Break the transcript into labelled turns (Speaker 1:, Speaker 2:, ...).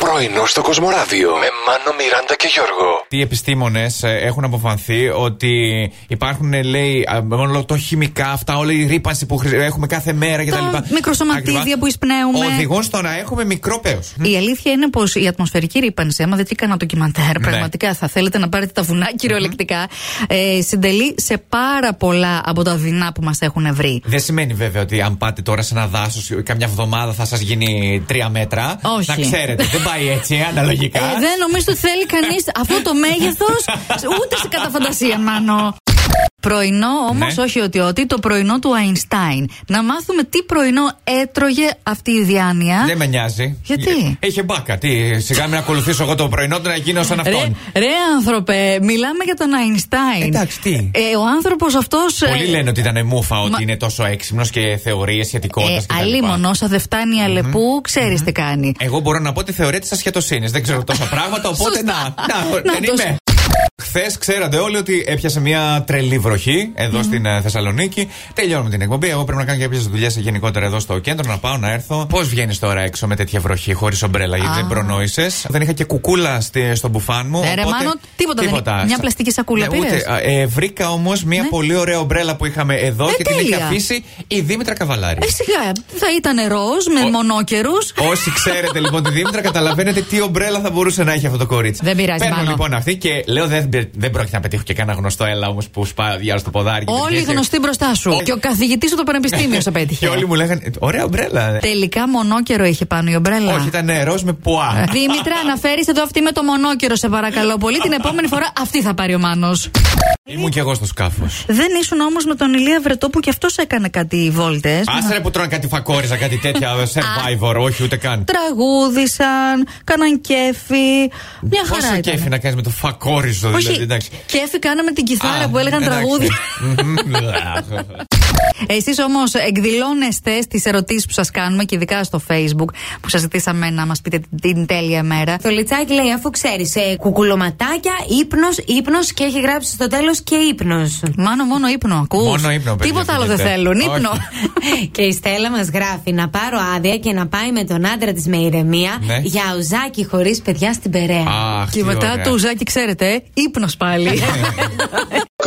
Speaker 1: Πρωινό στο Κοσμοράδιο με Μάνο, Μιράντα και Γιώργο.
Speaker 2: Οι επιστήμονες ε, έχουν αποφανθεί ότι υπάρχουν, ε, λέει, μόνο το χημικά, αυτά, όλη η ρήπανση που χρη- έχουμε κάθε μέρα κτλ.
Speaker 3: Τα μικροσωματίδια που εισπνέουμε.
Speaker 2: Οδηγούν στο να έχουμε μικρό πέος.
Speaker 3: Η αλήθεια είναι πως η ατμοσφαιρική ρήπανση, άμα δείτε κανένα ντοκιμαντέρ,
Speaker 2: Ναι.
Speaker 3: πραγματικά θα θέλετε να πάρετε τα βουνά κυριολεκτικά, ε, συντελεί σε πάρα πολλά από τα δεινά που μας έχουν βρει.
Speaker 2: Δεν σημαίνει βέβαια ότι αν πάτε τώρα σε ένα δάσος καμιά εβδομάδα θα σας γίνει τρία μέτρα.
Speaker 3: Όχι.
Speaker 2: Να ξέρετε, δεν πάει έτσι, ε, αναλογικά.
Speaker 3: Ε, δεν νομίζω ότι θέλει κανείς αυτό το μέγεθος, ούτε σε κατά φαντασία, μάνο. Πρωινό όμως,
Speaker 2: Ναι.
Speaker 3: όχι ότι ότι, το πρωινό του Αϊνστάιν. Να μάθουμε τι πρωινό έτρωγε αυτή η διάνοια.
Speaker 2: Δεν με νοιάζει.
Speaker 3: Γιατί?
Speaker 2: Ε, Είχε μπάκα. Τι, σιγά μην ακολουθήσω εγώ το πρωινό του να γίνω σαν
Speaker 3: Ρε,
Speaker 2: αυτόν.
Speaker 3: ρε άνθρωπε, μιλάμε για τον Αϊνστάιν.
Speaker 2: Εντάξει, τι.
Speaker 3: Ε, ο ε, άνθρωπος αυτός.
Speaker 2: Πολλοί λένε ότι ήταν μούφα, ότι
Speaker 3: Μα-
Speaker 2: είναι τόσο έξυπνος και θεωρίες σχετικότητας.
Speaker 3: Ε, αλίμονο, όσα δεν φτάνει η αλεπού, ξέρεις τι κάνει.
Speaker 2: Εγώ μπορώ να πω τη θεωρία της ασχετοσύνης. Δεν ξέρω τόσα πράγματα, οπότε να. Να, δεν
Speaker 3: το
Speaker 2: είμαι. Χθες ξέρατε όλοι ότι έπιασε μια τρελή βροχή εδώ στην ε, Θεσσαλονίκη. Τελειώνουμε την εκπομπή. Εγώ πρέπει να κάνω κάποιε δουλειές γενικότερα εδώ στο κέντρο, να πάω να έρθω. Πώς βγαίνεις τώρα έξω με τέτοια βροχή χωρίς ομπρέλα, γιατί
Speaker 3: Α.
Speaker 2: δεν προνόησες. Δεν είχα και κουκούλα στη- στο μπουφάν μου.
Speaker 3: Ε, ρε,
Speaker 2: οπότε
Speaker 3: Μάνο, τίποτα δεν είχε. Μια πλαστική σακούλα
Speaker 2: ναι, ούτε.
Speaker 3: πήρες?
Speaker 2: Α, ε, βρήκα όμως μια
Speaker 3: Ναι.
Speaker 2: πολύ ωραία ομπρέλα που είχαμε εδώ
Speaker 3: Ε,
Speaker 2: και την έχει
Speaker 3: τέλεια.
Speaker 2: αφήσει η Δήμητρα Καβαλάρη.
Speaker 3: Ε, σιγά, θα ήταν ροζ με
Speaker 2: Ο-
Speaker 3: μονόκερους.
Speaker 2: Όσοι ξέρετε λοιπόν τη Δήμητρα, καταλαβαίνετε τι ομπρέλα θα μπορούσε να έχει αυτό το κορίτσι.
Speaker 3: Δεν πειράζει,
Speaker 2: Παίρνω
Speaker 3: Μάνο.
Speaker 2: λοιπόν αυτή και λέω δεν, δεν πρόκειται να πετύχω και κανένα γνωστό έλα όμως που σπάει στο ποδάρι. και
Speaker 3: Όλοι
Speaker 2: τέτοια.
Speaker 3: γνωστοί μπροστά σου.
Speaker 2: Όχι.
Speaker 3: Και ο καθηγητής σου το πανεπιστήμιο σε πέτυχε.
Speaker 2: Και όλοι μου λέγανε Ωραία ομπρέλα.
Speaker 3: Τελικά μονόκερο είχε πάνω η ομπρέλα. Ε,
Speaker 2: Όχι, ήταν νερός με πουά.
Speaker 3: Δήμητρα, αναφέρεις εδώ αυτή με το μονόκερο, σε παρακαλώ πολύ. Την επόμενη φορά αυτή θα πάρει ο Μάνος.
Speaker 2: Ήμουν κι εγώ στο σκάφος.
Speaker 3: Δεν ήσουν όμως με τον Ηλία Βρετό που κι αυτός έκανε κάτι βόλτες.
Speaker 2: Άσερε που τρώνε κάτι φακόριζα, κάτι τέτοια survivor, όχι ούτε καν.
Speaker 3: Τραγούδησαν, κάναν κέφι. Μια χαρά.
Speaker 2: Πόσο
Speaker 3: ήταν.
Speaker 2: κέφι να κάνεις με το φακόριζο, δηλαδή.
Speaker 3: Όχι,
Speaker 2: εντάξει.
Speaker 3: κέφι κάναμε την κιθάρα
Speaker 2: Α,
Speaker 3: που έλεγαν
Speaker 2: εντάξει.
Speaker 3: τραγούδι.
Speaker 2: Μμμ.
Speaker 3: Εσείς όμως εκδηλώνεστε στις ερωτήσεις που σας κάνουμε και ειδικά στο facebook που σας ζητήσαμε να μας πείτε την- την τέλεια μέρα.
Speaker 4: Το λιτσάκι λέει αφού ξέρεις, ε, κουκουλωματάκια, ύπνος, ύπνος και έχει γράψει στο τέλος και ύπνος.
Speaker 3: Μάνο μόνο ύπνο ακούς.
Speaker 2: Μόνο ύπνο, παιδιά,
Speaker 3: Τίποτα άλλο δεν
Speaker 2: φύγετε.
Speaker 3: θέλουν.
Speaker 2: Όχι.
Speaker 3: Ύπνο.
Speaker 4: και η Στέλλα μας γράφει να πάρω άδεια και να πάει με τον άντρα της με ηρεμία
Speaker 2: Ναι.
Speaker 4: για ουζάκι χωρίς παιδιά στην Περέα.
Speaker 2: Αχ,
Speaker 3: και
Speaker 2: τι
Speaker 3: μετά
Speaker 2: ωραία.
Speaker 3: το ουζάκι ξέρετε, ε, ύπνος πάλι.